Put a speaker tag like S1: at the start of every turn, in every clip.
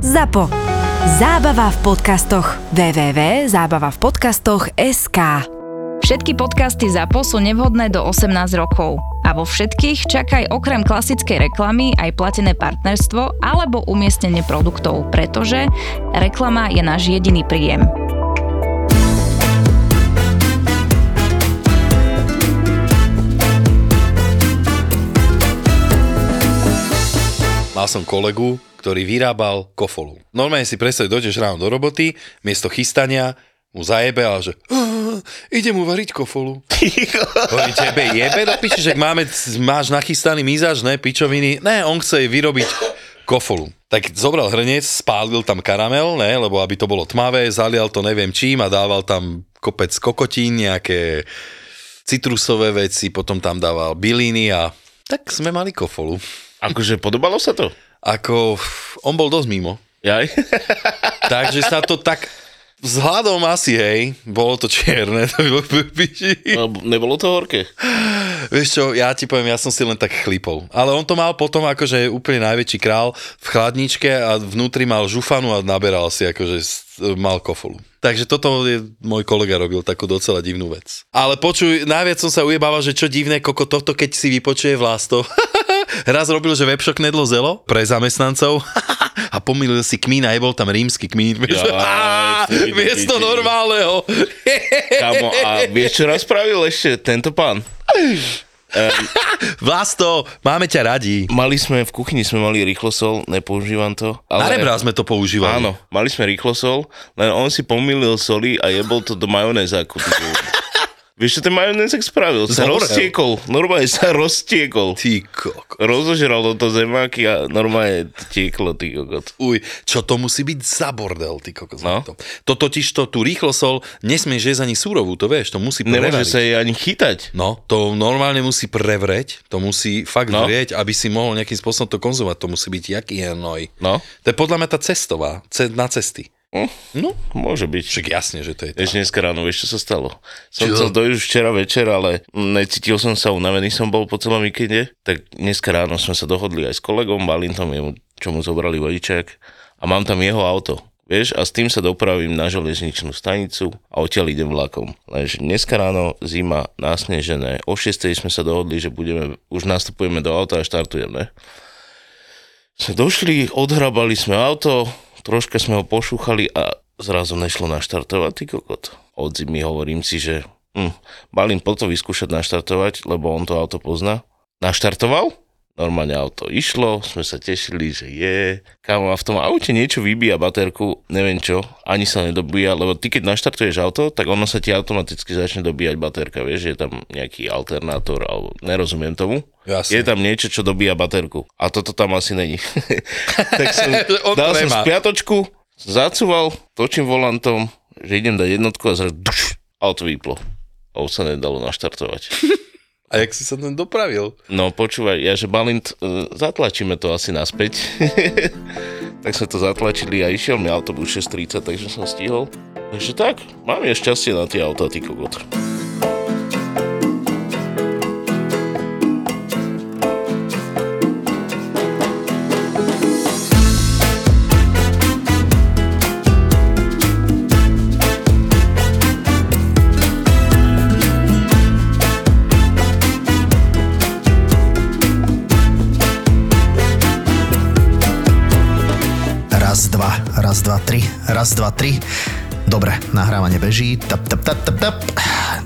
S1: ZAPO. Zábava v podcastoch. www.zábavavpodcastoch.sk
S2: Všetky podcasty ZAPO sú nevhodné do 18 rokov. A vo všetkých čakaj okrem klasickej reklamy aj platené partnerstvo alebo umiestnenie produktov, pretože reklama je náš jediný príjem.
S3: Mal som kolegu, ktorý vyrábal kofolu. Normálne si predstav, dojdeš ráno do roboty, miesto chystania mu zajebe, ale že "Á, idem uvariť kofolu. Hovorí tebe jebe do piči, že máme, máš nachystaný mizáž, ne, pičoviny. Ne, on chce vyrobiť kofolu. Tak zobral hrniec, spálil tam karamel, ne, lebo aby to bolo tmavé, zalial to neviem čím a dával tam kopec kokotín, nejaké citrusové veci, potom tam dával byliny a tak sme mali kofolu.
S4: Akože podobalo sa to?
S3: Ako, on bol dosť mimo.
S4: Jaj?
S3: Takže sa to tak vzhľadom asi, hej, bolo to čierne. to bolo piči.
S4: No, nebolo to horké?
S3: Vieš čo, ja ti poviem, ja som si len tak chlipol. Ale on to mal potom akože úplne najväčší král v chladničke a vnútri mal žufanu a naberal si akože s- mal kofolu. Takže toto je, môj kolega robil takú docela divnú vec. Ale počuj, najviac som sa ujebával, že čo divné, koko toto, keď si vypočuje vlasto. Raz robil, že webshop knedlo zelo pre zamestnancov a pomýlil si kmín a nebol tam rímsky kmín. Vieš,
S4: Jaj,
S3: Á,
S4: vtedy,
S3: miesto
S4: vtedy.
S3: normálneho.
S4: Kámo, a vieš, čo raz spravil ešte tento pán?
S3: Vlasto, máme ťa radi.
S4: Mali sme, v kuchyni sme mali rýchlosol, nepoužívam to.
S3: Na
S4: Ale...
S3: rebrá sme to používali.
S4: Áno, mali sme rýchlosol, len on si pomýlil soli a jebol to do majonézáku. ty vole. Vieš, čo ten majonézak spravil? Sa
S3: Zhorel.
S4: roztiekol, normálne sa roztiekol.
S3: Ty koko.
S4: Rozožralo to zemáky a normálne tieklo, ty kokot.
S3: Uj, čo to musí byť za bordel, ty kokos.
S4: No.
S3: To, to totiž to, tú rýchlosol, nesmieš jesť ani súrovú, to vieš, to musí
S4: Nemôže
S3: prevariť.
S4: sa jej ani chytať.
S3: No, to normálne musí prevreť, to musí fakt no.
S4: No.
S3: vrieť, aby si mohol nejakým spôsobom to konzumovať, to musí byť jaký hnoj.
S4: No,
S3: To je podľa mňa tá cestová, ce, na cesty. No,
S4: môže byť.
S3: však jasne, že to je tá.
S4: Ešte dneska ráno, vieš, čo sa stalo? Som
S3: Čo?
S4: chcel dojsť včera večer, ale necítil som sa unavený, som bol po celom víkende. Tak dneska ráno sme sa dohodli aj s kolegom Valintom, jemu, čo mu zobrali vodičák. A mám tam jeho auto. Vieš, a s tým sa dopravím na železničnú stanicu a odtiaľ idem vlakom. Lenže dneska ráno zima nasnežené. O 6.00 sme sa dohodli, že budeme, už nastupujeme do auta a štartujeme sme došli, odhrabali sme auto, troška sme ho pošúchali a zrazu nešlo naštartovať, ty kokot. Od zimy hovorím si, že hm, balím potom vyskúšať naštartovať, lebo on to auto pozná. Naštartoval? Normálne auto išlo, sme sa tešili, že je. Kámo, a v tom aute niečo vybíja baterku, neviem čo, ani sa nedobíja, lebo ty keď naštartuješ auto, tak ono sa ti automaticky začne dobíjať baterka, vieš, je tam nejaký alternátor, alebo nerozumiem tomu.
S3: Jasne.
S4: Je tam niečo, čo dobíja baterku. A toto tam asi není. tak som,
S3: On to
S4: dal som
S3: nemá.
S4: spiatočku, zacúval, točím volantom, že idem dať jednotku a zrazu duš, auto vyplo. A už sa nedalo naštartovať.
S3: A jak si sa ten dopravil?
S4: No počúvaj, ja že Balint, e, zatlačíme to asi naspäť. tak sme to zatlačili a išiel mi autobus 6.30, takže som stihol. Takže tak, mám ja šťastie na tie auta, ty kokot.
S5: Raz, dva, raz, dva, tri, raz, dva, tri. Dobre, nahrávanie beží. Tap, tap, tap, tap, tap.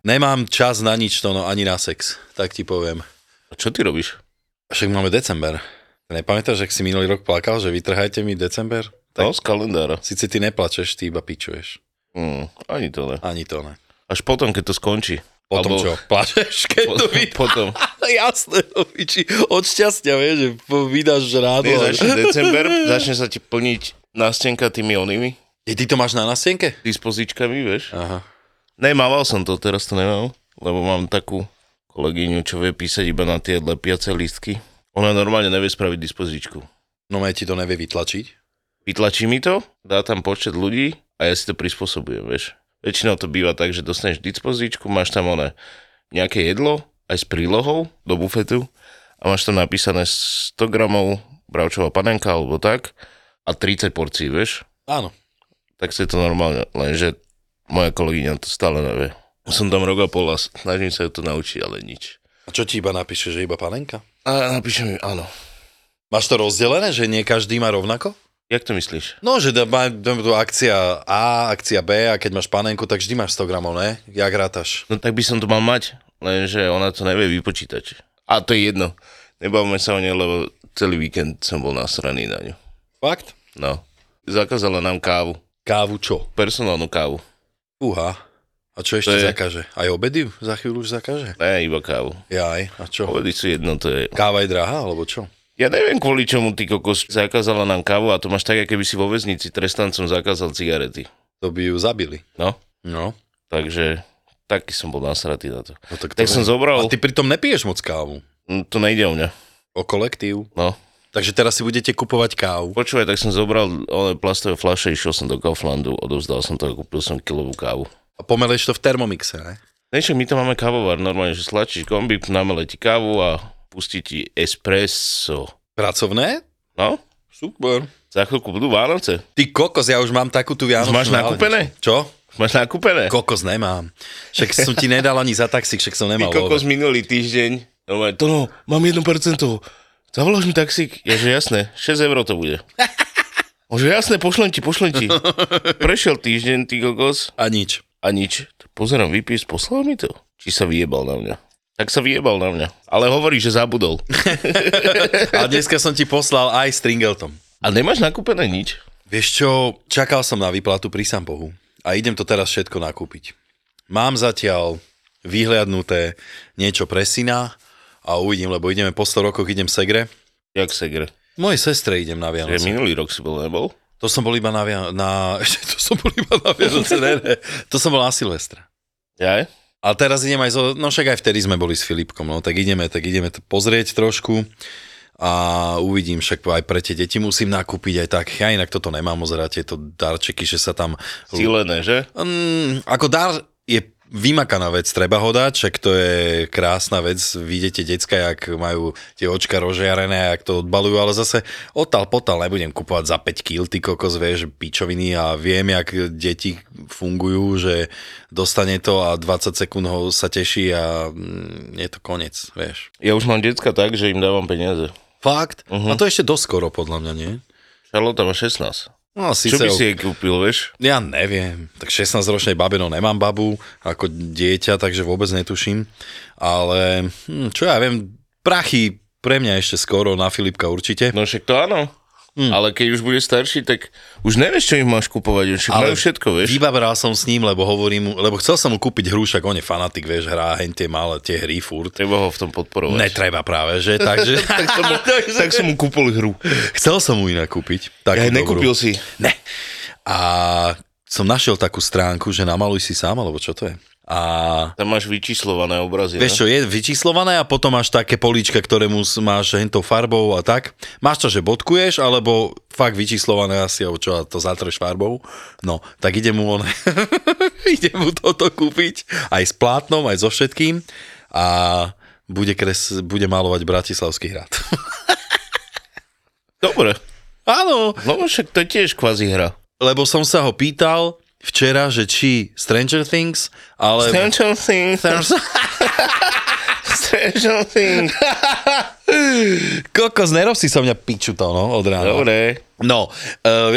S3: Nemám čas na nič to, no, ani na sex, tak ti poviem.
S4: A čo ty robíš?
S3: Však máme december. Nepamätáš, ak si minulý rok plakal, že vytrhajte mi december? Tak
S4: No, z kalendára.
S3: Sice ty neplačeš, ty iba pičuješ.
S4: Mm, ani to ne.
S3: Ani to ne.
S4: Až potom, keď to skončí.
S3: Potom
S4: Alebo-
S3: čo? Plačeš, keď
S4: Po-
S3: to vy...
S4: potom.
S3: Jasné, no, do piči. Od šťastia, vieš, že po- vydáš ráno.
S4: Nie,
S3: a-
S4: začne december, začne sa ti plniť nástenka tými onými
S3: I ty to máš na nastienke?
S4: dispozičkami, vieš.
S3: Aha.
S4: Nemával som to, teraz to nemám, lebo mám takú kolegyňu, čo vie písať iba na tie lepiace lístky. Ona normálne nevie spraviť dispozičku.
S3: No mne ti to nevie vytlačiť.
S4: Vytlačí mi to, dá tam počet ľudí a ja si to prispôsobujem, vieš. Väčšinou to býva tak, že dostaneš dispozíčku, máš tam one nejaké jedlo, aj s prílohou do bufetu a máš tam napísané 100 gramov bravčová panenka alebo tak a 30 porcií, vieš.
S3: Áno.
S4: Tak si to normálne, lenže moja kolegyňa to stále nevie. Som tam rok a pol a snažím sa ju to naučiť, ale nič.
S3: A čo ti iba napíše, že iba panenka?
S4: A napíše mi, áno.
S3: Máš to rozdelené, že nie každý má rovnako?
S4: Jak to myslíš?
S3: No, že da, má, dám tu akcia A, akcia B a keď máš panenku, tak vždy máš 100 gramov, ne? Jak rátaš?
S4: No tak by som to mal mať, lenže ona to nevie vypočítať. A to je jedno. Nebavme sa o nej, lebo celý víkend som bol nasraný na ňu.
S3: Fakt?
S4: No. Zakázala nám kávu.
S3: Kávu čo?
S4: Personálnu kávu.
S3: Uha. A čo ešte
S4: je-
S3: zakaže? Aj obedy za chvíľu už zakaže?
S4: Ne, iba kávu.
S3: Jaj, a čo?
S4: Povedi si jedno, to je...
S3: Káva je drahá, alebo čo?
S4: Ja neviem, kvôli čomu ty kokos zakázala nám kávu a to máš tak, ako keby si vo väznici trestancom zakázal cigarety.
S3: To by ju zabili.
S4: No,
S3: No.
S4: takže taký som bol nasratý na to.
S3: no tak
S4: Tak
S3: A
S4: som zobral...
S3: ty pritom nepiješ moc kávu.
S4: Mm, To nejde o mňa.
S3: O kolektív.
S4: No.
S3: Takže teraz si budete kupovať kávu.
S4: Počúvaj, tak som zobral one plastové fľaše, išiel som do Kauflandu, odovzdal som to a kúpil som kilovú kávu.
S3: A pomeleš to v termomixe, ne?
S4: Dnešok my to máme kávovar, normálne, že stlačíš gombík, namele ti kávu a pustí ti espresso.
S3: Pracovné?
S4: No,
S3: Super.
S4: za chvíľku budú Vánoce.
S3: Ty kokos, ja už mám takú tú Vianočnú
S4: Máš nakúpené?
S3: náladu. Čo?
S4: Máš nakúpené?
S3: Kokos nemám. Však som ti nedal ani za taxík, však som
S4: Ty
S3: nemal.
S4: kokos
S3: Kokos...
S4: minulý týždeň. Normálne, to no, mám 1%. Zavoláš mi taxík? Ja, že jasné, 6 eur to bude. On, že jasné, pošlem ti, pošlem ti. Prešiel týždeň, ty kokos,
S3: A nič.
S4: a nič. Pozerám výpis, poslal mi to. Či sa vyjebal na mňa. Tak sa vyjebal na mňa. Ale hovorí, že zabudol.
S3: A dneska som ti poslal aj s Tringeltom.
S4: A nemáš nakúpené nič?
S3: Vieš čo, čakal som na výplatu pri sám Bohu a idem to teraz všetko nakúpiť. Mám zatiaľ vyhliadnuté niečo pre syna a uvidím, lebo ideme po 100 rokoch, idem segre.
S4: Jak segre?
S3: Mojej sestre idem na
S4: Že
S3: Vianoce.
S4: minulý rok si bol, nebol?
S3: To som bol iba na, Vian- na... to som bol iba na Vianoce, ne, ne. To som bol na Silvestra.
S4: Ja?
S3: A teraz idem aj, zo, no však aj vtedy sme boli s Filipkom, no tak ideme, tak ideme to pozrieť trošku a uvidím, však aj pre tie deti musím nakúpiť aj tak, ja inak toto nemám moc rád, tieto darčeky, že sa tam...
S4: Cílené, že?
S3: Mm, ako dar je vymakaná vec, treba ho dať, však to je krásna vec, vidíte decka, jak majú tie očka rozžiarené, jak to odbalujú, ale zase otal potal nebudem kupovať za 5 kg, ty kokos, vieš, pičoviny a viem, jak deti fungujú, že dostane to a 20 sekúnd ho sa teší a mm, je to koniec, vieš.
S4: Ja už mám decka tak, že im dávam peniaze.
S3: Fakt?
S4: Mhm.
S3: Uh-huh. A to ešte doskoro, podľa mňa, nie?
S4: Šarlota má 16.
S3: No,
S4: Čo
S3: síce
S4: by si
S3: ok.
S4: jej kúpil, vieš?
S3: Ja neviem, tak 16-ročnej babe, no nemám babu ako dieťa, takže vôbec netuším, ale hm, čo ja viem, prachy pre mňa ešte skoro, na Filipka určite.
S4: No však to áno. Ale keď už bude starší, tak už nevieš, čo im máš kupovať. Už ale... majú všetko, vieš?
S3: Vybabral som s ním, lebo hovorím mu, lebo chcel som mu kúpiť hru, však on je fanatik, vieš, hrá hen tie malé, tie hry furt.
S4: Treba ho v tom podporovať.
S3: Netreba práve, že? Takže
S4: tak, som mu, tak som mu kúpil hru.
S3: chcel som mu inak kúpiť. Takú
S4: Ja jej
S3: dobrú.
S4: nekúpil si.
S3: Ne. A som našiel takú stránku, že namaluj si sám, alebo čo to je. A
S4: Tam máš vyčíslované obrazy.
S3: Vieš čo, je vyčíslované a potom máš také políčka, ktoré mu s- máš hentou farbou a tak. Máš to, že bodkuješ, alebo fakt vyčíslované asi, alebo čo, a to zatreš farbou. No, tak ide mu on, ide mu toto kúpiť, aj s plátnom, aj so všetkým a bude, kres, bude malovať Bratislavský hrad.
S4: Dobre.
S3: Áno,
S4: No však to je tiež kvázi hra.
S3: lebo som sa ho pýtal včera, že či Stranger Things, ale...
S4: Stranger Things. Stranger Things.
S3: Kokos, nerob si so mňa piču to, no, od rána.
S4: Dobre.
S3: No, uh,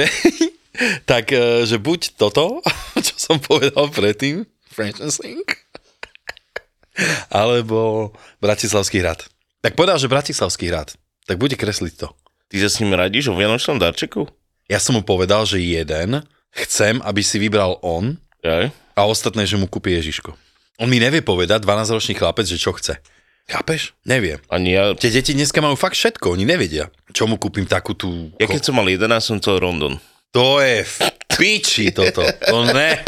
S3: tak, uh, že buď toto, čo som povedal predtým, French and Sing, alebo Bratislavský hrad. Tak povedal, že Bratislavský hrad. Tak bude kresliť to.
S4: Ty sa s ním radíš o Vianočnom darčeku?
S3: Ja som mu povedal, že jeden chcem, aby si vybral on
S4: Ja.
S3: a ostatné, že mu kúpi Ježiško. On mi nevie povedať, 12-ročný chlapec, že čo chce. Chápeš? Neviem.
S4: Ani ja.
S3: Tie deti dneska majú fakt všetko, oni nevedia, čo mu kúpim takú tú...
S4: Ja keď som mal 11, som chcel Rondon.
S3: To je v piči toto. To ne.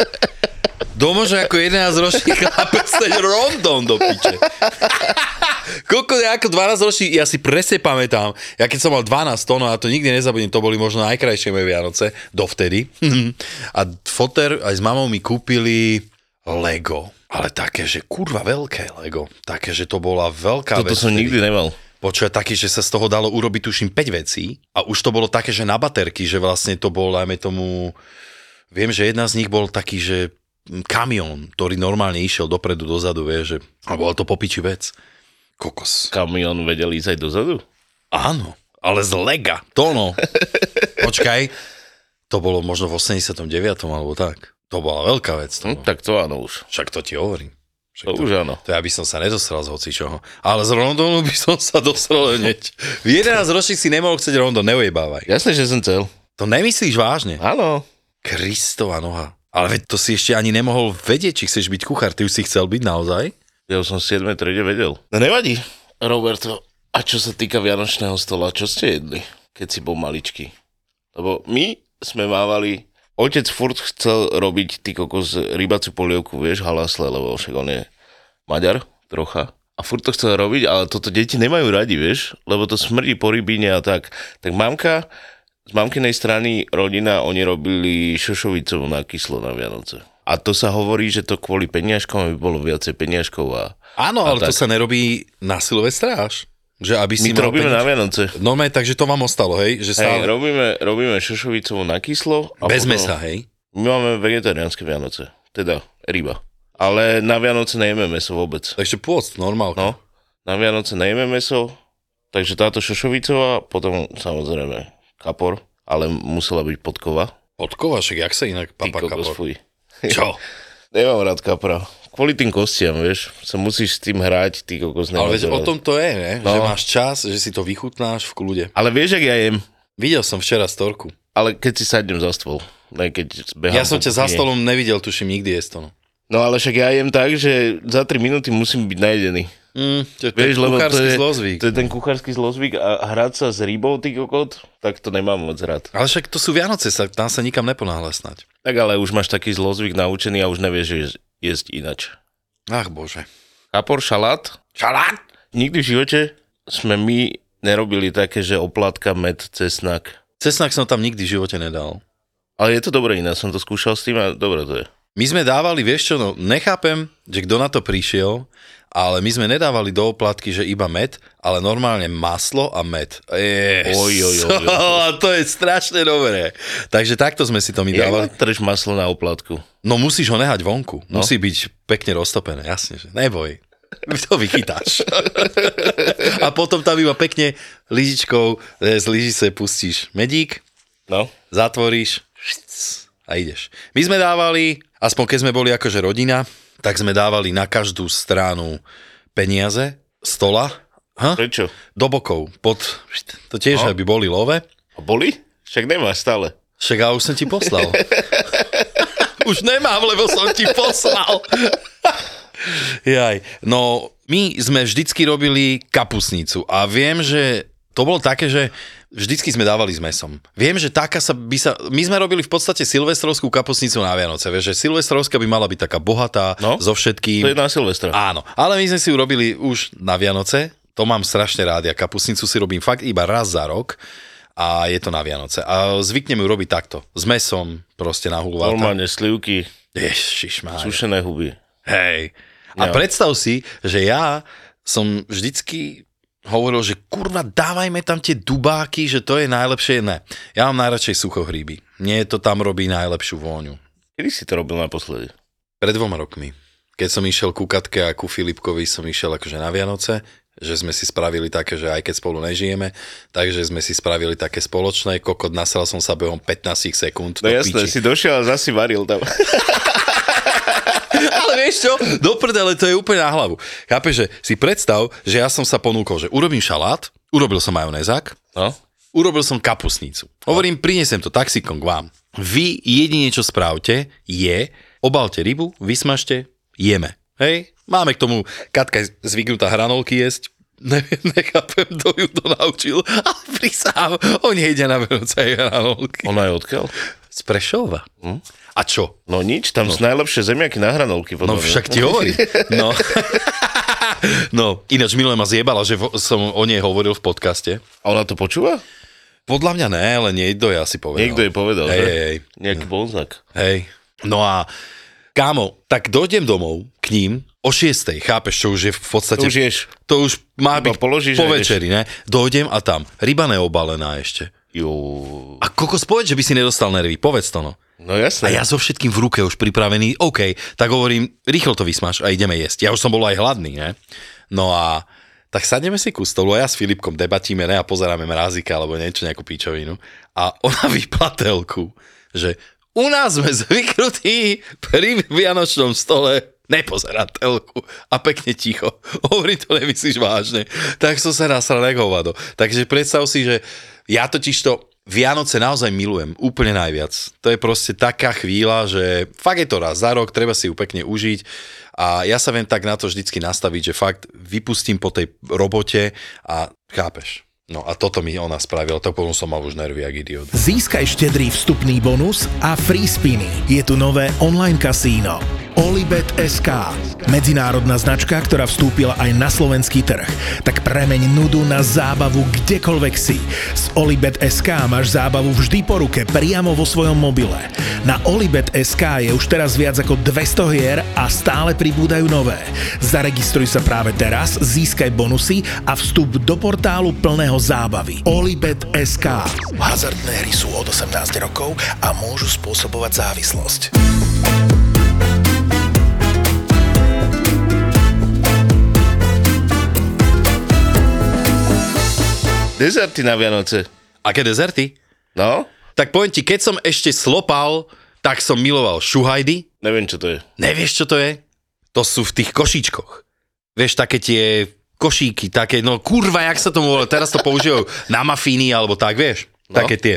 S3: Domože ako 11 ročný chlapec ten rondom do piče. Koľko ja ako 12 ročný, ja si presne pamätám, ja keď som mal 12 tónov, a to nikdy nezabudnem, to boli možno najkrajšie moje Vianoce, dovtedy. a foter aj s mamou mi kúpili Lego. Ale také, že kurva veľké Lego. Také, že to bola veľká
S4: Toto
S3: vec
S4: som
S3: vtedy.
S4: nikdy nemal.
S3: Počuť, taký, že sa z toho dalo urobiť tuším 5 vecí a už to bolo také, že na baterky, že vlastne to bol, dajme tomu, viem, že jedna z nich bol taký, že kamión, ktorý normálne išiel dopredu, dozadu, vieš, že, a bola to popiči vec. Kokos.
S4: Kamión vedel ísť aj dozadu?
S3: Áno, ale z lega, to no. Počkaj, to bolo možno v 89. alebo tak. To bola veľká vec. To
S4: Hm,
S3: no.
S4: tak to áno už.
S3: Však to ti hovorím. Však
S4: To už áno.
S3: to ja by som sa nedosral z hocičoho. Ale z Rondonu by som sa dostal hneď. V 11 ročných si nemohol chcieť Rondon, neujebávaj.
S4: Jasné, že som cel.
S3: To nemyslíš vážne.
S4: Áno.
S3: Kristova noha. Ale veď to si ešte ani nemohol vedieť, či chceš byť kuchár. Ty už si chcel byť naozaj?
S4: Ja už som 7. triede vedel. No nevadí. Roberto, a čo sa týka Vianočného stola, čo ste jedli, keď si bol maličký? Lebo my sme mávali... Otec furt chcel robiť ty kokos rybaciu polievku, vieš, halasle, lebo však on je Maďar, trocha. A furt to chcel robiť, ale toto deti nemajú radi, vieš, lebo to smrdí po rybine a tak. Tak mamka, z mamkinej strany rodina, oni robili šošovicovú na kyslo na Vianoce. A to sa hovorí, že to kvôli peniažkom aby bolo viacej peniažkov a
S3: Áno,
S4: A
S3: ale to
S4: tak.
S3: sa nerobí na Silvestra až. Že aby si
S4: my to
S3: mal
S4: robíme na
S3: peniaze.
S4: Vianoce.
S3: No me, takže to vám ostalo, hej? Že
S4: Hej,
S3: stále...
S4: robíme, robíme šošovicovú na kyslo. A
S3: Bez mesa, hej?
S4: My máme vegetariánske Vianoce, teda ryba. Ale na Vianoce nejeme meso vôbec.
S3: Takže pôst, normálne.
S4: No, na Vianoce nejeme meso, takže táto šošovicová, potom samozrejme kapor, ale musela byť podkova.
S3: Podkova, však jak sa inak
S4: Ty
S3: papa kapor.
S4: kokos, fuj.
S3: Čo?
S4: Nemám rád kapra. Kvôli tým kostiam, vieš, sa musíš s tým hrať, ty kokos
S3: Ale
S4: nemám
S3: veď
S4: to
S3: o
S4: rád.
S3: tom to je, ne? Že
S4: No.
S3: máš čas, že si to vychutnáš v kľude.
S4: Ale vieš, ak ja jem,
S3: Videl som včera storku.
S4: ale keď si sadnem za stôl, ne, keď behám
S3: Ja som
S4: po
S3: ťa za
S4: kuchyni.
S3: stolom nevidel, tuším, nikdy jesť to. no.
S4: No ale však ja jem tak, že za 3 minúty musím byť najedený.
S3: Mm, to je
S4: Vieš, lebo to
S3: kuchársky
S4: je,
S3: zlozvyk.
S4: to je ten kuchársky zlozvyk a hrať sa s rybou, ty kokot, tak to nemám moc rád.
S3: Ale však to sú Vianoce, sa, tam sa nikam neponáhľa snať.
S4: Tak ale už máš taký zlozvyk naučený a už nevieš jesť, jesť inač.
S3: Ach bože.
S4: Kapor, šalát.
S3: Šalát?
S4: Nikdy v živote sme my nerobili také, že oplátka, med, cesnak.
S3: Cesnak som tam nikdy v živote nedal.
S4: Ale je to dobré iné, som to skúšal s tým a dobre to je.
S3: My sme dávali, vieš čo, no nechápem, že kto na to prišiel, ale my sme nedávali do oplatky, že iba med, ale normálne maslo a med. Yes.
S4: Oj, oj, oj, oj.
S3: to je strašne dobré. Takže takto sme si to my
S4: Jak
S3: dávali.
S4: natreš maslo na oplátku?
S3: No musíš ho nehať vonku. No. Musí byť pekne roztopené, jasne, že neboj. To vychytáš. a potom tam iba pekne lyžičkou e, z lyžice pustíš medík,
S4: No.
S3: zatvoríš šc, a ideš. My sme dávali, aspoň keď sme boli akože rodina, tak sme dávali na každú stranu peniaze, stola, ha?
S4: Prečo?
S3: do bokov, pod, št, to tiež,
S4: No.
S3: aby boli love.
S4: A boli? Však nemáš stále.
S3: Však ja už som ti poslal. už nemám, lebo som ti poslal. Jaj. No, my sme vždycky robili kapusnicu a viem, že to bolo také, že vždycky sme dávali s mesom. Viem, že taká sa by sa... My sme robili v podstate silvestrovskú kapusnicu na Vianoce, vieš, že silvestrovská by mala byť taká bohatá, no,
S4: No,
S3: so všetkým.
S4: To je na Silvestra.
S3: Áno, ale my sme si ju robili už na Vianoce, to mám strašne rád, ja kapusnicu si robím fakt iba raz za rok a je to na Vianoce. A zvyknem ju robiť takto, s mesom proste na hulváta.
S4: Normálne slivky,
S3: Ježišmária.
S4: sušené huby.
S3: Hej. A
S4: Jo.
S3: predstav si, že ja som vždycky hovoril, že kurva, dávajme tam tie dubáky, že to je najlepšie. Ne, ja mám najradšej suchohríby. Mne to tam robí najlepšiu vôňu.
S4: Kedy si to robil naposledy?
S3: Pred dvoma rokmi, keď som išiel ku Katke a ku Filipkovi, som išiel akože na Vianoce, že sme si spravili také, že aj keď spolu nežijeme, takže sme si spravili také spoločné, kokot nasral som sa behom 15 sekúnd.
S4: No
S3: do
S4: jasné,
S3: piči.
S4: si došiel a zasi varil tam.
S3: Ale vieš čo, do prdele to je úplne na hlavu. Chápeš, že si predstav, že ja som sa ponúkol, že urobím šalát, urobil som majonézak,
S4: No?
S3: urobil som kapusnicu. Hovorím, prinesem to taxikom k vám. Vy jedine, čo správte, je obalte rybu, vysmažte, jeme. Hej, máme k tomu, Katka je zvyknutá hranolky jesť, Neviem, nechápem, kto ju to naučil, ale prisám, on nejde na Vianoce aj hranolky.
S4: Ona je odkiaľ?
S3: Z Prešova. Hm? A čo?
S4: No nič, tam no. sú najlepšie zemiaky na hranolky.
S3: No
S4: podľa mňa.
S3: však ti hovorí. No. no, ináč minule ma zjebala, že vo- som o nej hovoril v podcaste.
S4: A ona to počúva?
S3: Podľa mňa ne, ale niekto ja si povedal.
S4: Niekto jej povedal,
S3: hej,
S4: že?
S3: hej, hej,
S4: Nejaký bonzak.
S3: hej. No a kámo, tak dojdem domov k ním o 6. Chápeš, čo už je v podstate...
S4: To už ješ.
S3: To už má
S4: Iba
S3: byť
S4: položíš
S3: po
S4: a ideš.
S3: večeri, ne? Dojdem a tam. Ryba neobalená ešte.
S4: Jo.
S3: A kokos, povedz, že by si nedostal nervy. Povedz to, no.
S4: No
S3: A
S4: jasné.
S3: ja so všetkým v ruke už pripravený, OK, tak hovorím, rýchlo to vysmaš a ideme jesť. Ja už som bol aj hladný, ne? No a tak sadneme si ku stolu a ja s Filipkom debatíme, ne? A pozeráme mrazika alebo niečo, nejakú píčovinu. A ona vyplatelku, že u nás sme zvyknutí pri vianočnom stole nepozerá telku a pekne ticho. Hovorí, to nemyslíš vážne. Tak som sa nasral jak hovado. Takže predstav si, že ja totiž to Vianoce naozaj milujem, úplne najviac. To je proste taká chvíľa, že fakt je to raz za rok, treba si ju pekne užiť a ja sa viem tak na to vždycky nastaviť, že fakt vypustím po tej robote a chápeš. No a toto mi ona spravila, to potom som mal už nervy, jak idiot.
S6: Získaj štedrý vstupný bonus a free spiny. Je tu nové online kasíno. Olibet.sk Medzinárodná značka, ktorá vstúpila aj na slovenský trh. Tak premeň nudu na zábavu kdekoľvek si. Z Olibet.sk máš zábavu vždy po ruke, priamo vo svojom mobile. Na Olibet.sk je už teraz viac ako 200 hier a stále pribúdajú nové. Zaregistruj sa práve teraz, získaj bonusy a vstup do portálu plného zábavy. Olibet.sk Hazardné hry sú od 18 rokov a môžu spôsobovať závislosť.
S4: Dezerty na Vianoce.
S3: Aké dezerty?
S4: No?
S3: Tak poviem ti, keď som ešte slopal, tak som miloval šuhajdy.
S4: Neviem, čo to je.
S3: Nevieš, čo to je? To sú v tých košíčkoch. Vieš, také tie košíky, také, no kurva, jak sa tomu volá, teraz to používajú na mafíny alebo tak, vieš, no.
S4: No.
S3: také tie.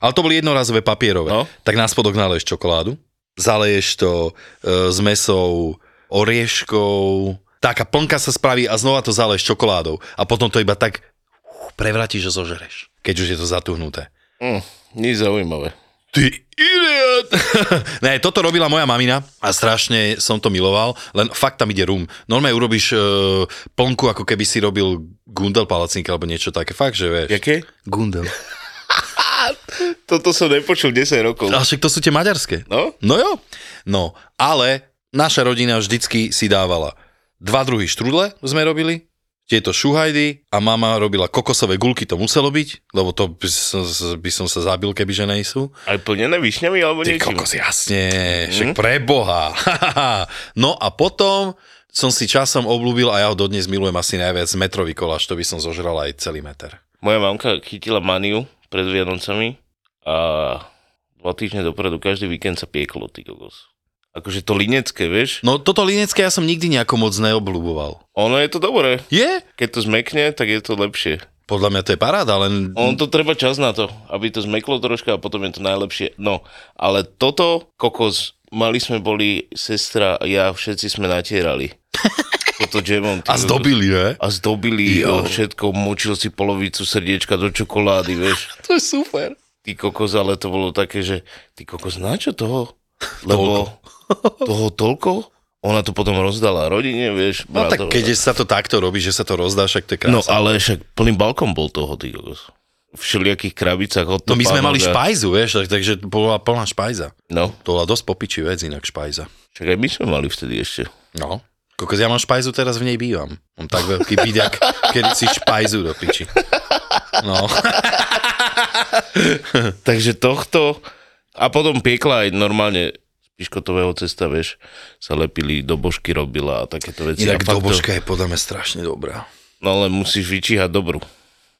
S3: Ale to boli jednorázové papierové.
S4: No.
S3: Tak na spodok naleješ čokoládu, zaleješ to e, s mesou, orieškou, taká plnka sa spraví a znova to zaleješ čokoládou. A potom to iba tak uh, prevratíš a zožereš, keď už je to zatuhnuté.
S4: Mm, nič zaujímavé.
S3: Ty idiot! ne, toto robila moja mamina a strašne som to miloval, len fakt tam ide rum. Normálne urobíš e, plnku, ako keby si robil gundel palacník alebo niečo také, fakt, že vieš.
S4: Jaké?
S3: Gundel.
S4: Toto som nepočul 10 rokov.
S3: A však to sú tie maďarské.
S4: No?
S3: No jo. No, ale naša rodina vždycky si dávala dva druhy štrudle sme robili, tieto šuhajdy a mama robila kokosové gulky, to muselo byť, lebo to by som, by som sa zabil, keby že nejsú.
S4: Aj plnené višňami alebo
S3: Ty
S4: niečím?
S3: kokos, jasne, však preboha. no a potom som si časom oblúbil a ja ho dodnes milujem asi najviac metrový koláč, to by som zožral aj celý meter.
S4: Moja mamka chytila maniu pred Vianocami a dva týždne dopredu každý víkend sa pieklo, ty kokos. Akože to linecké, vieš?
S3: No toto linecké ja som nikdy nejako moc neobľúboval.
S4: Ono je to dobré.
S3: Je?
S4: Keď to zmekne, tak je to lepšie.
S3: Podľa mňa to je paráda, len...
S4: On to treba čas na to, aby to zmeklo troška a potom je to najlepšie. No, ale toto, kokos, mali sme boli, sestra a ja, všetci sme natierali. Toto džemom. ty
S3: A
S4: kokos.
S3: zdobili, ne?
S4: A zdobili
S3: Jo.
S4: jo. všetko, močil si polovicu srdiečka do čokolády, vieš.
S3: To je super.
S4: Ty kokos, ale to bolo také, že ty kokos, na čo toho? Lebo toho toľko? Ona to potom rozdala rodine, vieš.
S3: No tak
S4: bratovi.
S3: keď sa to takto robí, že sa to rozdá, však to je krásne.
S4: No ale však plným balkom bol toho, ty kokos. V všelijakých krabicách od
S3: No my sme
S4: topánok
S3: mali
S4: a-
S3: špajzu, vieš, tak- takže bola plná špajza.
S4: No,
S3: To bola dosť popičí vec inak špajza.
S4: však aj my sme mali vtedy ešte.
S3: No. Kokos, ja mám špajzu, teraz v nej bývam. Mám tak veľký byďak, kedy si špajzu do piči. No.
S4: Takže tohto... A potom piekla aj normálne z piškotového cesta, vieš, sa lepili, do božky robila a takéto veci.
S3: Inak
S4: a fakt to-
S3: dobožka je podľa mňa strašne dobrá.
S4: No ale musíš vyčíhať dobrú.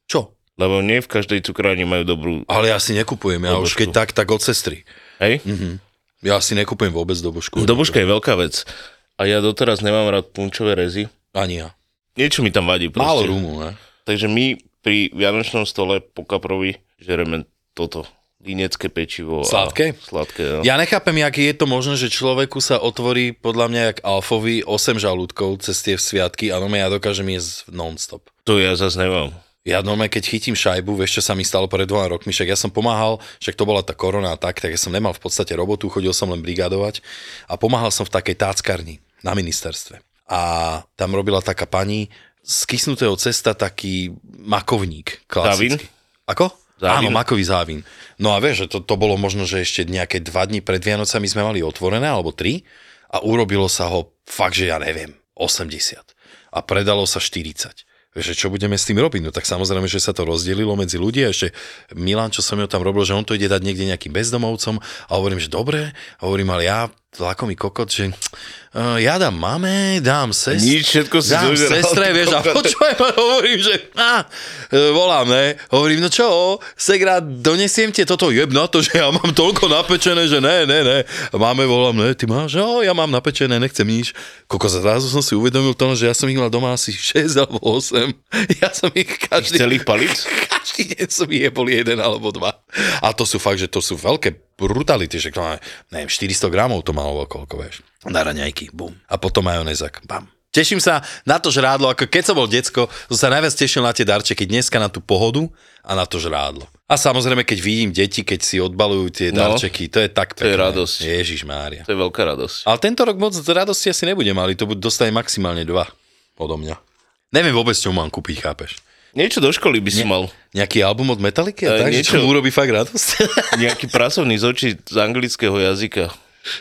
S3: Čo?
S4: Lebo nie v každej cukráni majú dobrú...
S3: Ale ja si nekupujem, ja už
S4: Dobožku.
S3: keď tak, tak od sestry.
S4: Hej?
S3: Mhm. Ja si nekupujem vôbec dobožku.
S4: Dobožka je veľká vec. A ja doteraz nemám rád punčové rezy.
S3: Ani ja.
S4: Niečo mi tam vadí proste.
S3: Málo rumu, ne?
S4: Takže my pri Vianočnom stole po kaprovi žereme toto. linecké pečivo.
S3: Sladké?
S4: A sladké, no.
S3: Ja nechápem, jak je to možné, že človeku sa otvorí podľa mňa jak alfovi 8 žalúdkov cez tie sviatky a normálne ja dokážem jesť non-stop.
S4: To ja zase nemám.
S3: Ja normálne, keď chytím šajbu, vieš, čo sa mi stalo pred dvoma rokmi, však ja som pomáhal, však to bola tá korona a tak, tak ja som nemal v podstate robotu, chodil som len brigádovať a pomáhal som v takej táckarni na ministerstve. A tam robila taká pani z kysnutého cesta taký makovník klasický. Závín? Ako?
S4: Závín?
S3: Áno, makový závín. No a vieš, že to, to bolo možno, že ešte nejaké dva dní pred Vianocami sme mali otvorené, alebo tri, a urobilo sa ho fakt, že ja neviem, 80. A predalo sa 40 že čo budeme s tým robiť? No tak samozrejme, že sa to rozdelilo medzi ľudí a ešte Milan, čo som ho tam robil, že on to ide dať niekde nejakým bezdomovcom a hovorím, že dobre, a hovorím, ale ja tlakomý kokot, že uh, ja dám mame, dám sestre.
S4: Nič, všetko si
S3: dám
S4: zožral,
S3: sestre,
S4: ty
S3: vieš, a
S4: kokot.
S3: počujem, a hovorím, že á, e, volám, ne, hovorím, no čo, segra, donesiem ti toto jebna, to, že ja mám toľko napečené, že ne, ne, ne. A máme, volám, ne, ty máš, no, ja mám napečené, nechcem nič. Koko, zrazu som si uvedomil to, že ja som ich mal doma asi 6 alebo 8. Ja som ich každý...
S4: Celých palíc?
S3: Každý deň som jebol jeden alebo dva. A to sú fakt, že to sú veľké brutality, že to má, neviem, 400 gramov to malo alebo koľko, vieš. Na raňajky, bum. A potom majonézak, bam. Teším sa na to žrádlo, ako keď som bol decko, som sa najviac tešil na tie darčeky dneska, na tú pohodu a na to žrádlo. A samozrejme, keď vidím deti, keď si odbalujú tie
S4: No.
S3: darčeky, to je tak
S4: To
S3: pekné.
S4: je radosť.
S3: Ježiš Mária.
S4: To je veľká radosť.
S3: Ale tento rok moc radosti asi nebudem, ale to bu- dostane maximálne dva odo mňa. Neviem vôbec, čo mu mám kúpiť, chápeš?
S4: Niečo do školy by si mal.
S3: Nejaký album od Metallica?
S4: E,
S3: E, tak, že
S4: niečo.
S3: čo mu urobí fakt radosť?
S4: Nejaký pracovný z očí z anglického jazyka.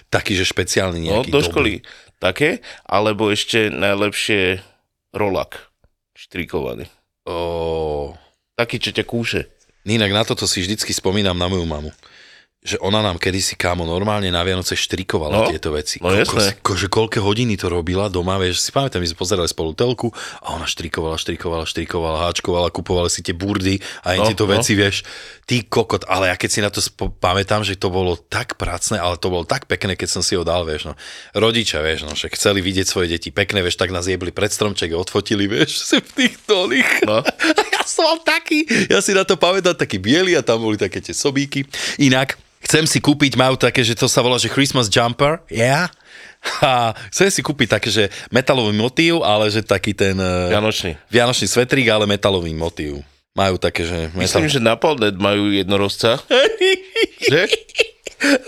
S3: Taký, že špeciálny
S4: No,
S3: nejaký.
S4: do
S3: dobrý.
S4: školy. Také, alebo ešte najlepšie rolak. Štrikovaný.
S3: Ó,
S4: Taký, čo ťa kúše.
S3: Inak na toto si vždycky spomínam na moju mamu. Že ona nám kedysi, kámo, normálne na Vianoce štrikovala
S4: No,
S3: tieto veci.
S4: no jasné.
S3: Ko, že koľké hodiny to robila doma, vieš, si pamätám, my sme pozerali spolu telku a ona štrikovala, štrikovala, štrikovala, háčkovala, kupovali si tie burdy a aj
S4: No,
S3: tieto
S4: no.
S3: veci, vieš. Ty kokot, ale ja keď si na to spo- pamätám, že to bolo tak pracné, ale to bolo tak pekné, keď som si ho dal, vieš, no. Rodičia, vieš, no, že chceli vidieť svoje deti pekné, vieš, tak nás jebli pred stromček, odfotili, vieš, v tých dolých.
S4: No.
S3: A ja som mal taký, ja si na to pamätám, taký biely a tam boli také tie sobíky. Inak, chcem si kúpiť, majú také, že to sa volá, že Christmas jumper, yeah. A chcem si kúpiť také, že metalový motív, ale že taký ten... eh,
S4: Vianočný.
S3: Vianočný svetrík, ale metalový motív. Majú také, že...
S4: Myslím, že na Palnet majú jednorozca. že?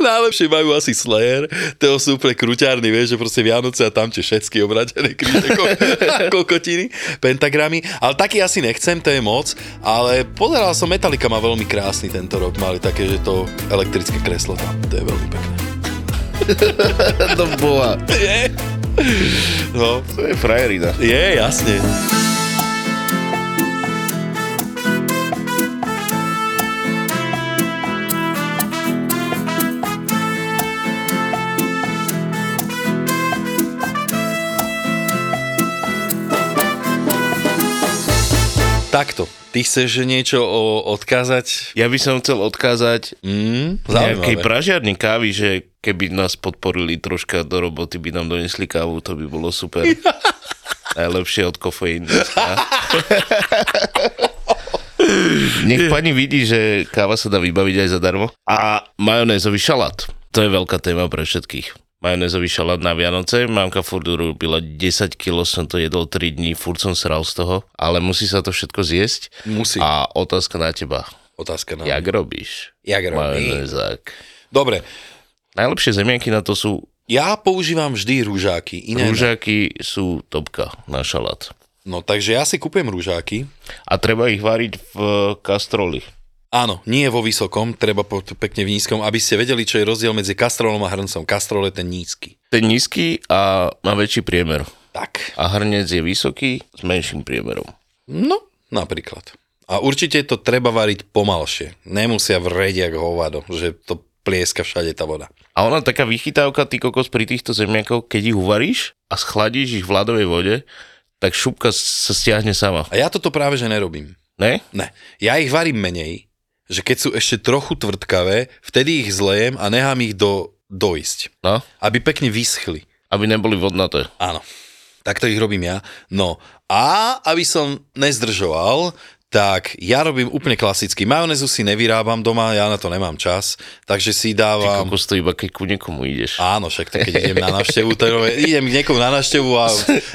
S3: Najlepšie majú asi Slayer, toho sú úplne kruťárny, vieš, že proste Vianoce a tam tie všetky obratené kríže, ko- kokotiny, pentagramy, ale taký asi nechcem, to je moc, ale pozeral som, Metallica má veľmi krásny tento rok, mali také, že to elektrické kreslo tam, to je veľmi pekné.
S4: To bola.
S3: No,
S4: To je frajerina.
S3: je, jasne. Takto, ty chceš niečo o, odkázať?
S4: Ja by som chcel odkázať
S3: Mm,
S4: nejakej
S3: zaujímavé.
S4: pražiarni kávy, že keby nás podporili troška do roboty, by nám donesli kávu, to by bolo super. Najlepšie od kofeínu. Nech pani vidí, že káva sa dá vybaviť aj zadarmo. A majonézový šalát. To je veľká téma pre všetkých. Majonézový šalát na Vianoce. Mamka furt urobila 10 kg, som to jedol 3 dní, furt som sral z toho. Ale musí sa to všetko zjesť.
S3: Musí.
S4: A otázka na teba.
S3: Otázka na...
S4: Jak robíš?
S3: Jak robím?
S4: Majonézák.
S3: Dobre,
S4: Najlepšie zemiaky na to sú
S3: ja používam vždy rúžáky. Iné Rúža...
S4: rúžaky, sú topka na šalát.
S3: No takže ja si kúpem rúžáky,
S4: A treba ich variť v kastroli.
S3: Áno, nie vo vysokom, treba po, pekne v nízkom, aby ste vedeli, čo je rozdiel medzi kastrolom a hrncom. Kastrol je ten nízky.
S4: Ten nízky a má väčší priemer.
S3: Tak.
S4: A hrnec je vysoký s menším priemerom.
S3: No, napríklad. A určite to treba variť pomalšie. Nemusia vrieť ako hovado, že to plieska všade tá voda.
S4: A ona taká vychytávka, ty kokos pri týchto zemiakov, keď ich uvaríš a schladíš ich v ľadovej vode, tak šupka sa stiahne sama.
S3: A ja toto práve že nerobím.
S4: Ne?
S3: Ne, ja ich varím menej, že keď sú ešte trochu tvrdkavé, vtedy ich zlejem a nechám ich do, dojsť,
S4: No?
S3: aby pekne vyschli.
S4: Aby neboli vodnaté.
S3: Áno, tak to ich robím ja. No a aby som nezdržoval, tak ja robím úplne klasicky. Majonezu si nevyrábam doma, ja na to nemám čas, takže si
S4: Ty
S3: dávam...
S4: kokos to iba keď ku niekomu ideš.
S3: Áno, však to keď idem na návštevu, to robím, idem k niekomu na návštevu a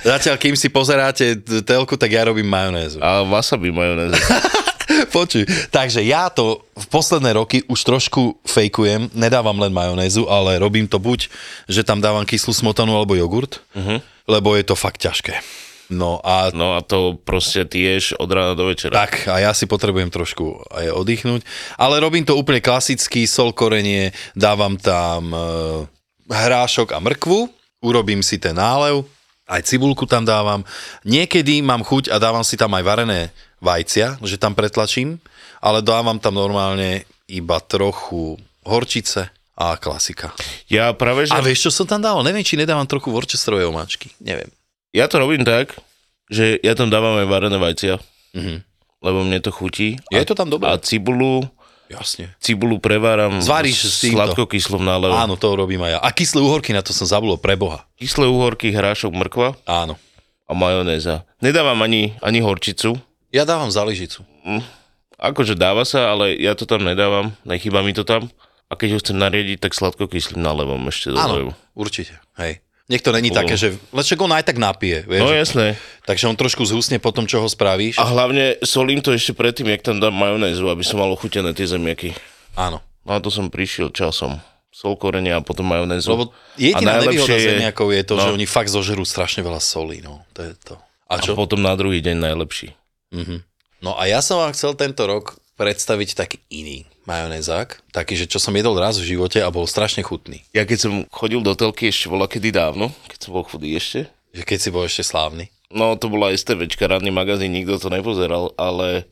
S3: zatiaľ, kým si pozeráte t- telku, tak ja robím majonézu.
S4: A wasabi majonéza.
S3: Počuj, takže ja to v posledné roky už trošku fejkujem, nedávam len majonézu, ale robím to buď, že tam dávam kyslú smotanu alebo jogurt,
S4: Mhm.
S3: uh-huh. lebo je to fakt ťažké. No a
S4: No a to proste ty ješ od rána do večera.
S3: tak, a ja si potrebujem trošku aj oddychnúť, ale robím to úplne klasicky, sol korenie, dávam tam e, hrášok a mrkvu, urobím si ten nálev, aj cibulku tam dávam. Niekedy mám chuť a dávam si tam aj varené vajcia, že tam pretlačím, ale dávam tam normálne iba trochu horčice a klasika.
S4: Ja práve, že...
S3: A vieš, čo som tam dal? Neviem, či nedávam trochu worcesterovej omáčky. Neviem.
S4: Ja to robím tak, že ja tam dávam aj varené vajcia,
S3: Mhm.
S4: lebo mne to chutí.
S3: Je
S4: A-
S3: to tam dobré.
S4: A cibulu,
S3: Jasne.
S4: cibulu preváram
S3: Zvaríš s týmto.
S4: sladkokyslom nálevom.
S3: Áno, to robím aj ja. A kyslé uhorky, na to som zabudol, preboha.
S4: Kyslé uhorky, hrášok, mrkva
S3: Áno.
S4: a majonéza. Nedávam ani, ani horčicu.
S3: Ja dávam záležicu.
S4: Akože dáva sa, ale ja to tam nedávam. Nechýba mi to tam. A keď ho chcem nariadiť, tak sladkokyslým nálevom ešte dodajú.
S3: Áno, určite. Hej. Niekto není
S4: Bolo.
S3: také, že... Ale však on aj tak napije, vieš.
S4: No jasné.
S3: Takže on trošku zhusne po tom, čo ho spravíš.
S4: A hlavne solím to ešte predtým, jak tam dám majonézu, aby som mal ochutené tie zemiaky.
S3: Áno.
S4: No a to som prišiel časom. Sol korenia a potom majonézu.
S3: Lebo jediná
S4: A najlepšie
S3: nevýhoda
S4: je-
S3: zemiakov je to,
S4: no.
S3: že oni fakt zožerú strašne veľa solí, no. To je to. A
S4: A
S3: čo?
S4: potom na druhý deň najlepší.
S3: Mhm. No a ja som vám chcel tento rok predstaviť taký iný majonézák, taký, že čo som jedol raz v živote a bol strašne chutný.
S4: Ja keď som chodil do telky ešte bola kedy dávno, keď som bol chudý ešte,
S3: Že keď si bol ešte slávny.
S4: No, to bola STVčka, ranný magazín, nikto to nepozeral, ale...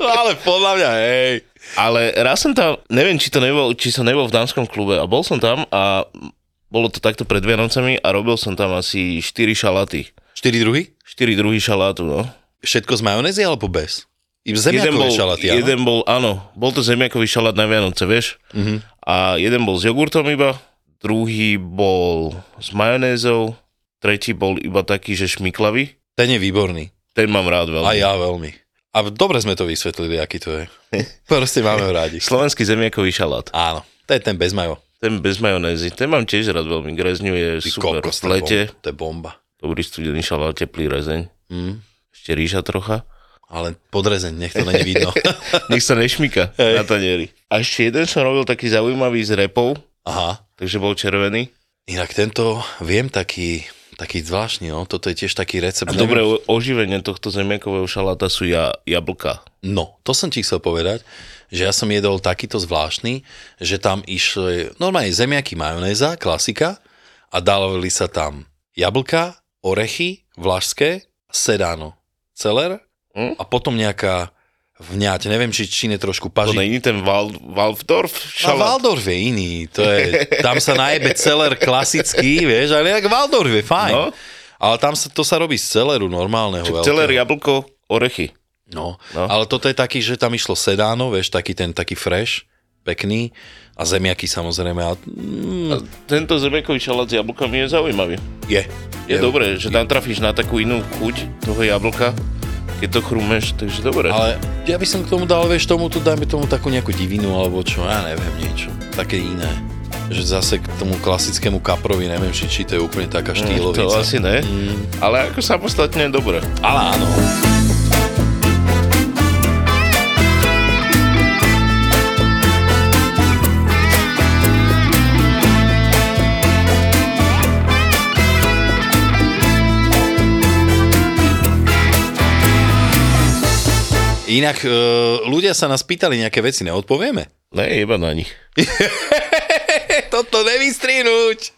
S3: No ale podľa mňa, hej.
S4: Ale raz som tam, neviem, či to nebol, či som nebol v dámskom klube a bol som tam a bolo to takto pred Vianocami a robil som tam asi 4 šalaty.
S3: 4 druhy?
S4: 4 druhy šalátu, no.
S3: Všetko z majonézy alebo bez? I zemiakové šalaty, áno?
S4: jeden bol, áno, bol to zemiakový šalát na Vianoce, vieš.
S3: Mhm.
S4: Mm-hmm. A jeden bol s jogurtom iba, druhý bol s majonézou, tretí bol iba taký, že šmiklavý.
S3: Ten je výborný.
S4: Ten mám rád veľmi.
S3: A ja veľmi. A dobre sme to vysvetlili, aký to je. Proste máme ho rádi.
S4: Slovenský zemiakový šalát.
S3: Áno, to je ten bez majo.
S4: Ten bez majonézy, ten mám tiež rád veľmi. Grezňu je
S3: Ty
S4: super.
S3: kokos, to
S4: v
S3: je
S4: lete,
S3: bom- To je bomba.
S4: dobrý studený šalát, teplý rezeň.
S3: Mm.
S4: Ešte ríža trocha.
S3: Ale podrezeň, nech to není vidno.
S4: Nech sa nešmika
S3: Hej.
S4: na tanieri. A ešte jeden som robil taký zaujímavý s repou,
S3: Aha.
S4: takže bol červený.
S3: Inak tento, viem taký, taký zvláštny, no. Toto je tiež taký recept.
S4: A dobré o- oživenie tohto zemiakového šaláta sú ja, jablka.
S3: No, to som ti chcel povedať, že ja som jedol takýto zvláštny, že tam išli normálne zemiaky majonéza, klasika, a dávali sa tam jablka, orechy, vlašské, sedáno, celer
S4: Hm?
S3: a potom nejaká vňať, neviem, či čine trošku
S4: To
S3: paži.
S4: není ten Val, Valfdorf
S3: A
S4: šalát.
S3: Waldorf je iný, to je, tam sa najebe celer klasický, vieš, ale inak Waldorf je fajn.
S4: No.
S3: No? Ale tam sa, to sa robí z celeru normálneho.
S4: Čiže
S3: veľkého.
S4: celer, jablko, orechy.
S3: No, no,
S4: No.
S3: ale toto je taký, že tam išlo sedáno, vieš, taký ten taký fresh, pekný a zemiaky samozrejme. A,
S4: A tento zemiakový šalát s jablkami je zaujímavý.
S3: je.
S4: Je dobré, že tam trafíš na takú inú chuť toho jablka, keď to chrumeš, takže dobré.
S3: Ale ja by som k tomu dal, vieš, tomu tu dajme tomu takú nejakú divinu alebo čo, ja neviem, niečo. Také iné. Že zase k tomu klasickému kaprovi, neviem, či, či to je úplne taká štýlovica.
S4: Mm, To asi ne, ale ako samostatne je dobré.
S3: Mm. Ale áno. Inak e, ľudia sa nás pýtali nejaké veci, neodpovieme?
S4: Ne, iba na nich.
S3: Toto nevystrihnúť!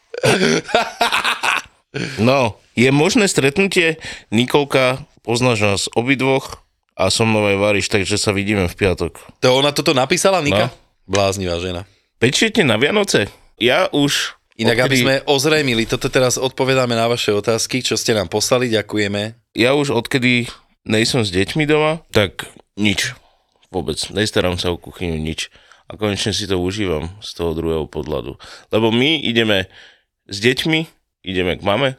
S4: No, je možné stretnutie. Nikolka, poznáš nás obidvoch a som nové variš, takže sa vidíme v piatok.
S3: To ona toto napísala, Nika?
S4: No.
S3: Bláznivá žena.
S4: Pečiete na Vianoce? Ja už...
S3: Inak, aby
S4: odkedy-
S3: sme ozrejmili, toto teraz odpovedáme na vaše otázky, čo ste nám poslali, ďakujeme.
S4: Ja už odkedy nejsem s deťmi doma, tak nič. Vôbec. Nestarám sa o kuchyňu, nič. A konečne si to užívam z toho druhého podľadu. Lebo my ideme s deťmi, ideme k mame,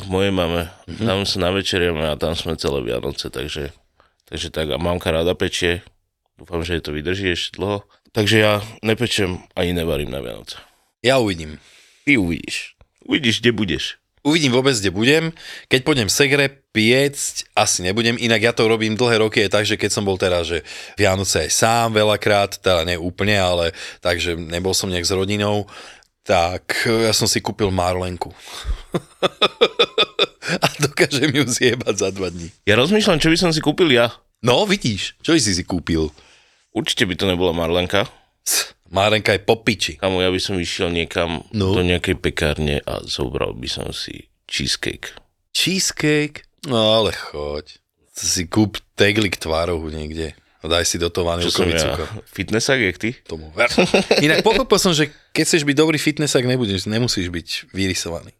S4: v mojej mame.
S3: Mhm.
S4: Mm-hmm. Tam sa navečeriame a tam sme celé Vianoce, takže, takže tak. A mamka rada pečie. Dúfam, že jej to vydrží ešte dlho. Takže ja nepečem ani nevarím na Vianoce.
S3: Ja uvidím.
S4: Ty uvidíš. Uvidíš, kde budeš.
S3: Uvidím vôbec, kde budem. Keď pôjdem segre piecť, asi nebudem, inak ja to robím dlhé roky, je tak, že keď som bol teraz, že Vianoce aj sám veľakrát, teda ne úplne, ale takže nebol som nejak s rodinou, tak e, ja som si kúpil Marlenku. A dokážem ju zjebať za dva dní.
S4: Ja rozmýšľam, čo by som si kúpil ja.
S3: No, vidíš, čo si si kúpil?
S4: Určite by to nebola Marlenka.
S3: Márenka je popiči.
S4: Kamo, ja by som išiel niekam
S3: No.
S4: no. do nejakej pekárne a zobral by som si cheesecake.
S3: Cheesecake? No ale choď. Si kúp teglik tvárohu niekde. A Daj si do toho
S4: Čo som
S3: vanilkový
S4: ja?
S3: cukor.
S4: Fitnessak, jak ty?
S3: Tomu ver. Inak pochopil som, že keď chceš byť dobrý fitnessák, nebudeš, nemusíš byť vyrysovaný.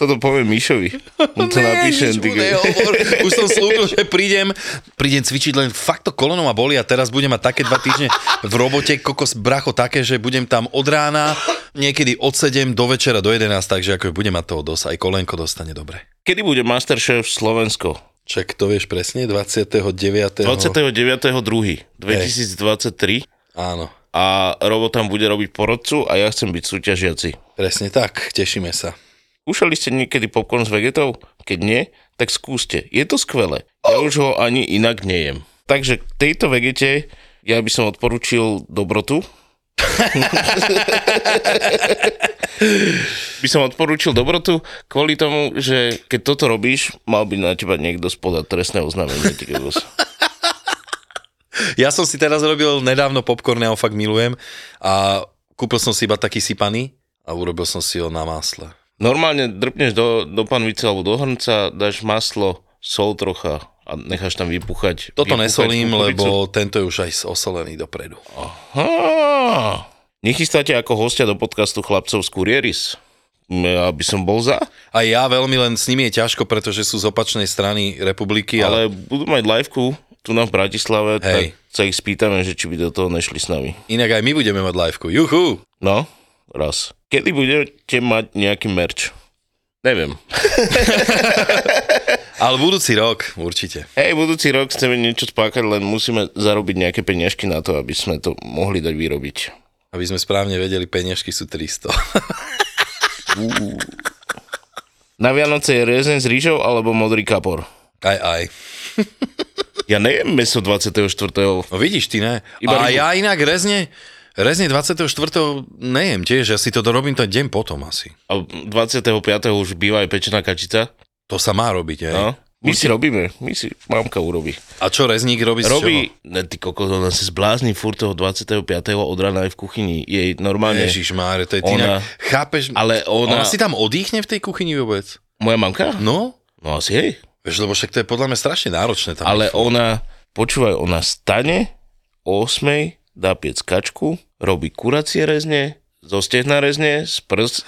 S4: Toto poviem Mišovi. On to napíše.
S3: nič mu
S4: ty kokos.
S3: nehovor. Už som slúbil, že prídem, prídem cvičiť, len fakt to koleno ma boli a teraz budem mať také dva týždne v robote, kokos bracho také, že budem tam od rána, niekedy od 7 do večera do 11, takže ako budem mať toho dosť, aj kolenko dostane dobre.
S4: Kedy bude Masterchef Slovensko?
S3: Čak to vieš presne, 29.
S4: 29.2.2023
S3: Áno,
S4: a Robo tam bude robiť porodcu a ja chcem byť súťažiaci.
S3: presne tak, tešíme sa.
S4: Skúšali ste niekedy popcorn s vegetou? Keď nie, tak skúste. Je to skvelé. Ja už ho ani inak nejem. Takže k tejto vegete ja by som odporučil dobrotu. by som odporučil dobrotu kvôli tomu, že keď toto robíš, mal by na teba niekto spodať trestné oznámenie. ty kokos.
S3: Ja som si teraz robil nedávno popcorn, ja ho fakt milujem a kúpil som si iba taký sypaný a urobil som si ho na másle.
S4: Normálne drpneš do, do panvice alebo do hrnca, dáš maslo, sol trocha a necháš tam vypuchať.
S3: Toto
S4: vypuchať
S3: nesolím,
S4: kukuricu.
S3: lebo tento je už aj osolený dopredu.
S4: Á, Nechystáte ako hostia do podcastu chlapcov z Kurieris? Mm, Ja by som bol za,
S3: A ja veľmi len s nimi je ťažko, pretože sú z opačnej strany republiky, ale
S4: ale budú mať liveku tu na v Bratislave,
S3: Hej.
S4: tak sa ich spýtame, že či by do toho nešli s nami.
S3: inak aj my budeme mať liveku. Juhu!
S4: No, raz. Kedy budete mať nejaký merch? Neviem.
S3: Ale budúci rok, určite.
S4: Hej, budúci rok chceme niečo spákať, len musíme zarobiť nejaké peniažky na to, aby sme to mohli dať vyrobiť.
S3: Aby sme správne vedeli, peniažky sú 300.
S4: Na Vianoce je rezen s rýžou alebo modrý kapor?
S3: Aj, aj.
S4: Ja nejem meso 24.
S3: No vidíš, ty ne.
S4: Iba
S3: a
S4: rybu.
S3: ja inak rezne, rezne 24. nejem tiež, ja si to dorobím ten deň potom asi.
S4: A 25. už býva aj pečená kačica.
S3: To sa má robiť, aj. No.
S4: No. My si robíme, my si, mamka urobí.
S3: A čo rezník robí z
S4: Robí, ne, ty kokos, ona sa zblázni furt toho 25. od rána aj v kuchyni. Jej normálne, Ježiš.
S3: Ježiš Máre, to je ty
S4: Ona-
S3: inak, chápeš?
S4: ale
S3: ona...
S4: ona,
S3: ona si tam odýchne v tej kuchyni vôbec?
S4: moja mamka?
S3: No?
S4: No asi hej.
S3: Vieš, lebo však to je podľa mňa strašne náročné tam.
S4: Ale ona, počúvaj, ona stane o 8, dá piec kačku, robí kuracie rezne, zo stehna rezne, z prs,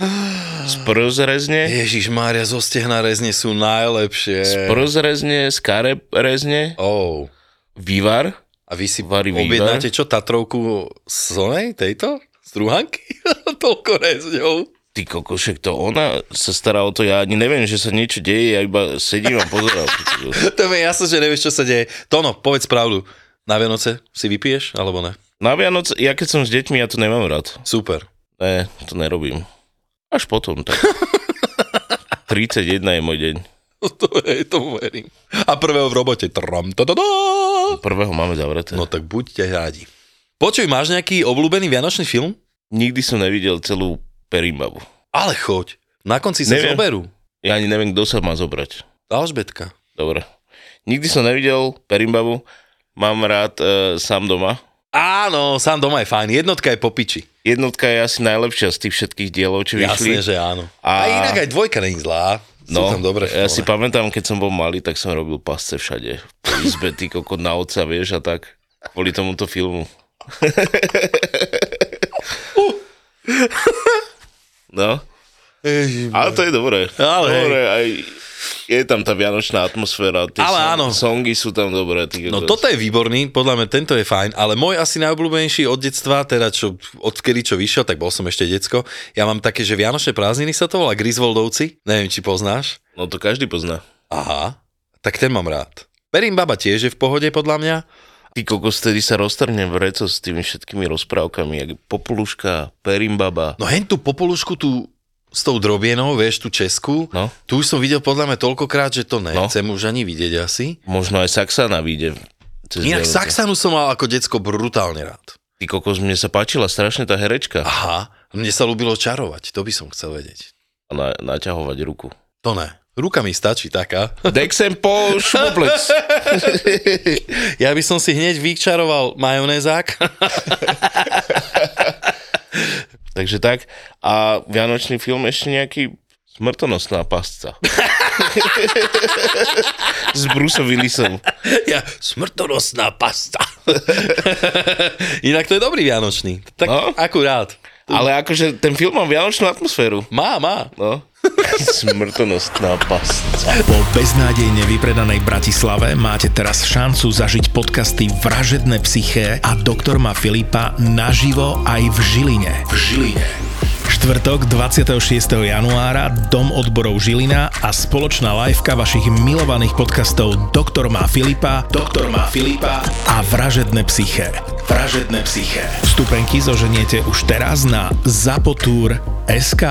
S4: z prs rezne,
S3: Ježiš Mária, zo stehna rezne sú
S4: z
S3: najlepšie.
S4: prs rezne, z kare rezne,
S3: Oh.
S4: vývar,
S3: A vy si
S4: Varí výber.
S3: objednáte čo, Tatrovku z onej, tejto? Z truhanky? Toľko rezňov.
S4: Ty kokošek, to ona sa stará o to, ja ani neviem, že sa niečo deje, ja iba sedím a pozerám. Ty kokos.
S3: To mi je jasné, že nevieš, čo sa deje. Tono, povedz pravdu. Na Vianoce si vypiješ, alebo ne?
S4: Na Vianoc, ja keď som s deťmi, ja to nemám rád.
S3: Super.
S4: Ne, to nerobím. Až potom, tak. 31 je môj deň.
S3: To je, tomu verím. A prvého v robote. Tram, tadadá.
S4: Prvého máme zavreté.
S3: No
S4: No.
S3: tak buďte rádi. Počuj, máš nejaký obľúbený vianočný film?
S4: Nikdy som nevidel celú Perimbabu.
S3: Ale choď. Na konci sa
S4: Neviem.
S3: zoberú.
S4: Ja ani neviem, kto sa má zobrať.
S3: Alžbetka.
S4: Dobre. Nikdy som nevidel Perimbabu. Mám rád e, sám doma.
S3: Áno, sám doma je fajn. Jednotka je po piči.
S4: Jednotka je asi najlepšia z tých všetkých dielov, čo vyšli.
S3: Jasné, že áno. A...
S4: A-
S3: a inak aj dvojka není zlá. Sú
S4: No,
S3: tam dobré
S4: ja si
S3: filmy.
S4: pamätám, keď som bol malý, tak som robil pasce všade. Po izbe, ty kokot na oca, vieš, a tak. Kvôli tomuto filmu. No,
S3: Ježiš.
S4: ale to je dobré.
S3: Ale hej.
S4: dobré, aj je tam tá vianočná atmosféra, tie
S3: Ale áno.
S4: songy sú tam dobré. Ty,
S3: No toto je výborný, podľa mňa tento je fajn, ale môj asi najobľúbenejší od detstva, teda čo, odkedy čo vyšiel, tak bol som ešte decko. Ja mám také, že Vianočné prázdniny sa to volá Griswoldovci, neviem, či poznáš.
S4: no to každý pozná.
S3: Aha, tak ten mám rád. Perím baba tiež je v pohode podľa mňa.
S4: Ty kokos, tedy sa roztrhne vreco s tými všetkými rozprávkami, jak Popoluška, Perimbaba.
S3: No hen tú popolušku tu s tou drobienou, vieš, tú českú,
S4: No.
S3: tu už som videl podľa mňa toľkokrát, že to nechcem no. už ani vidieť asi.
S4: Možno aj Saxana vyjde. cez
S3: Inak
S4: Vianoce.
S3: Saxanu som mal ako decko brutálne rád.
S4: Ty kokos, mne sa páčila strašne tá herečka.
S3: Aha, mne sa ľúbilo čarovať, to by som chcel vedieť.
S4: A na, naťahovať ruku.
S3: To ne. Ruka mi stačí taká.
S4: Dexem po šupoplec.
S3: Ja by som si hneď vyčaroval majonézák.
S4: Takže tak. A Vianočný film ešte nejaký smrtonosná pasca. S Bruceom Willisom.
S3: ja, smrtonosná pasta. Inak to je dobrý Vianočný. Tak
S4: No.
S3: akurát.
S4: Ale akože ten film má vianočnú atmosféru.
S3: Má, má.
S4: No. Smrtonosná pasca.
S6: Po beznádejne vypredanej Bratislave máte teraz šancu zažiť podcasty Vražedné psyché a Doktor má Filipa naživo aj v Žiline. V Žiline. Štvrtok 26. januára Dom odborov Žilina a spoločná liveka vašich milovaných podcastov Doktor má Filipa, Doktor má Filipa a Vražedné psyché. Vražedné psyché. Vstupenky zoženiete už teraz na zapotur.sk.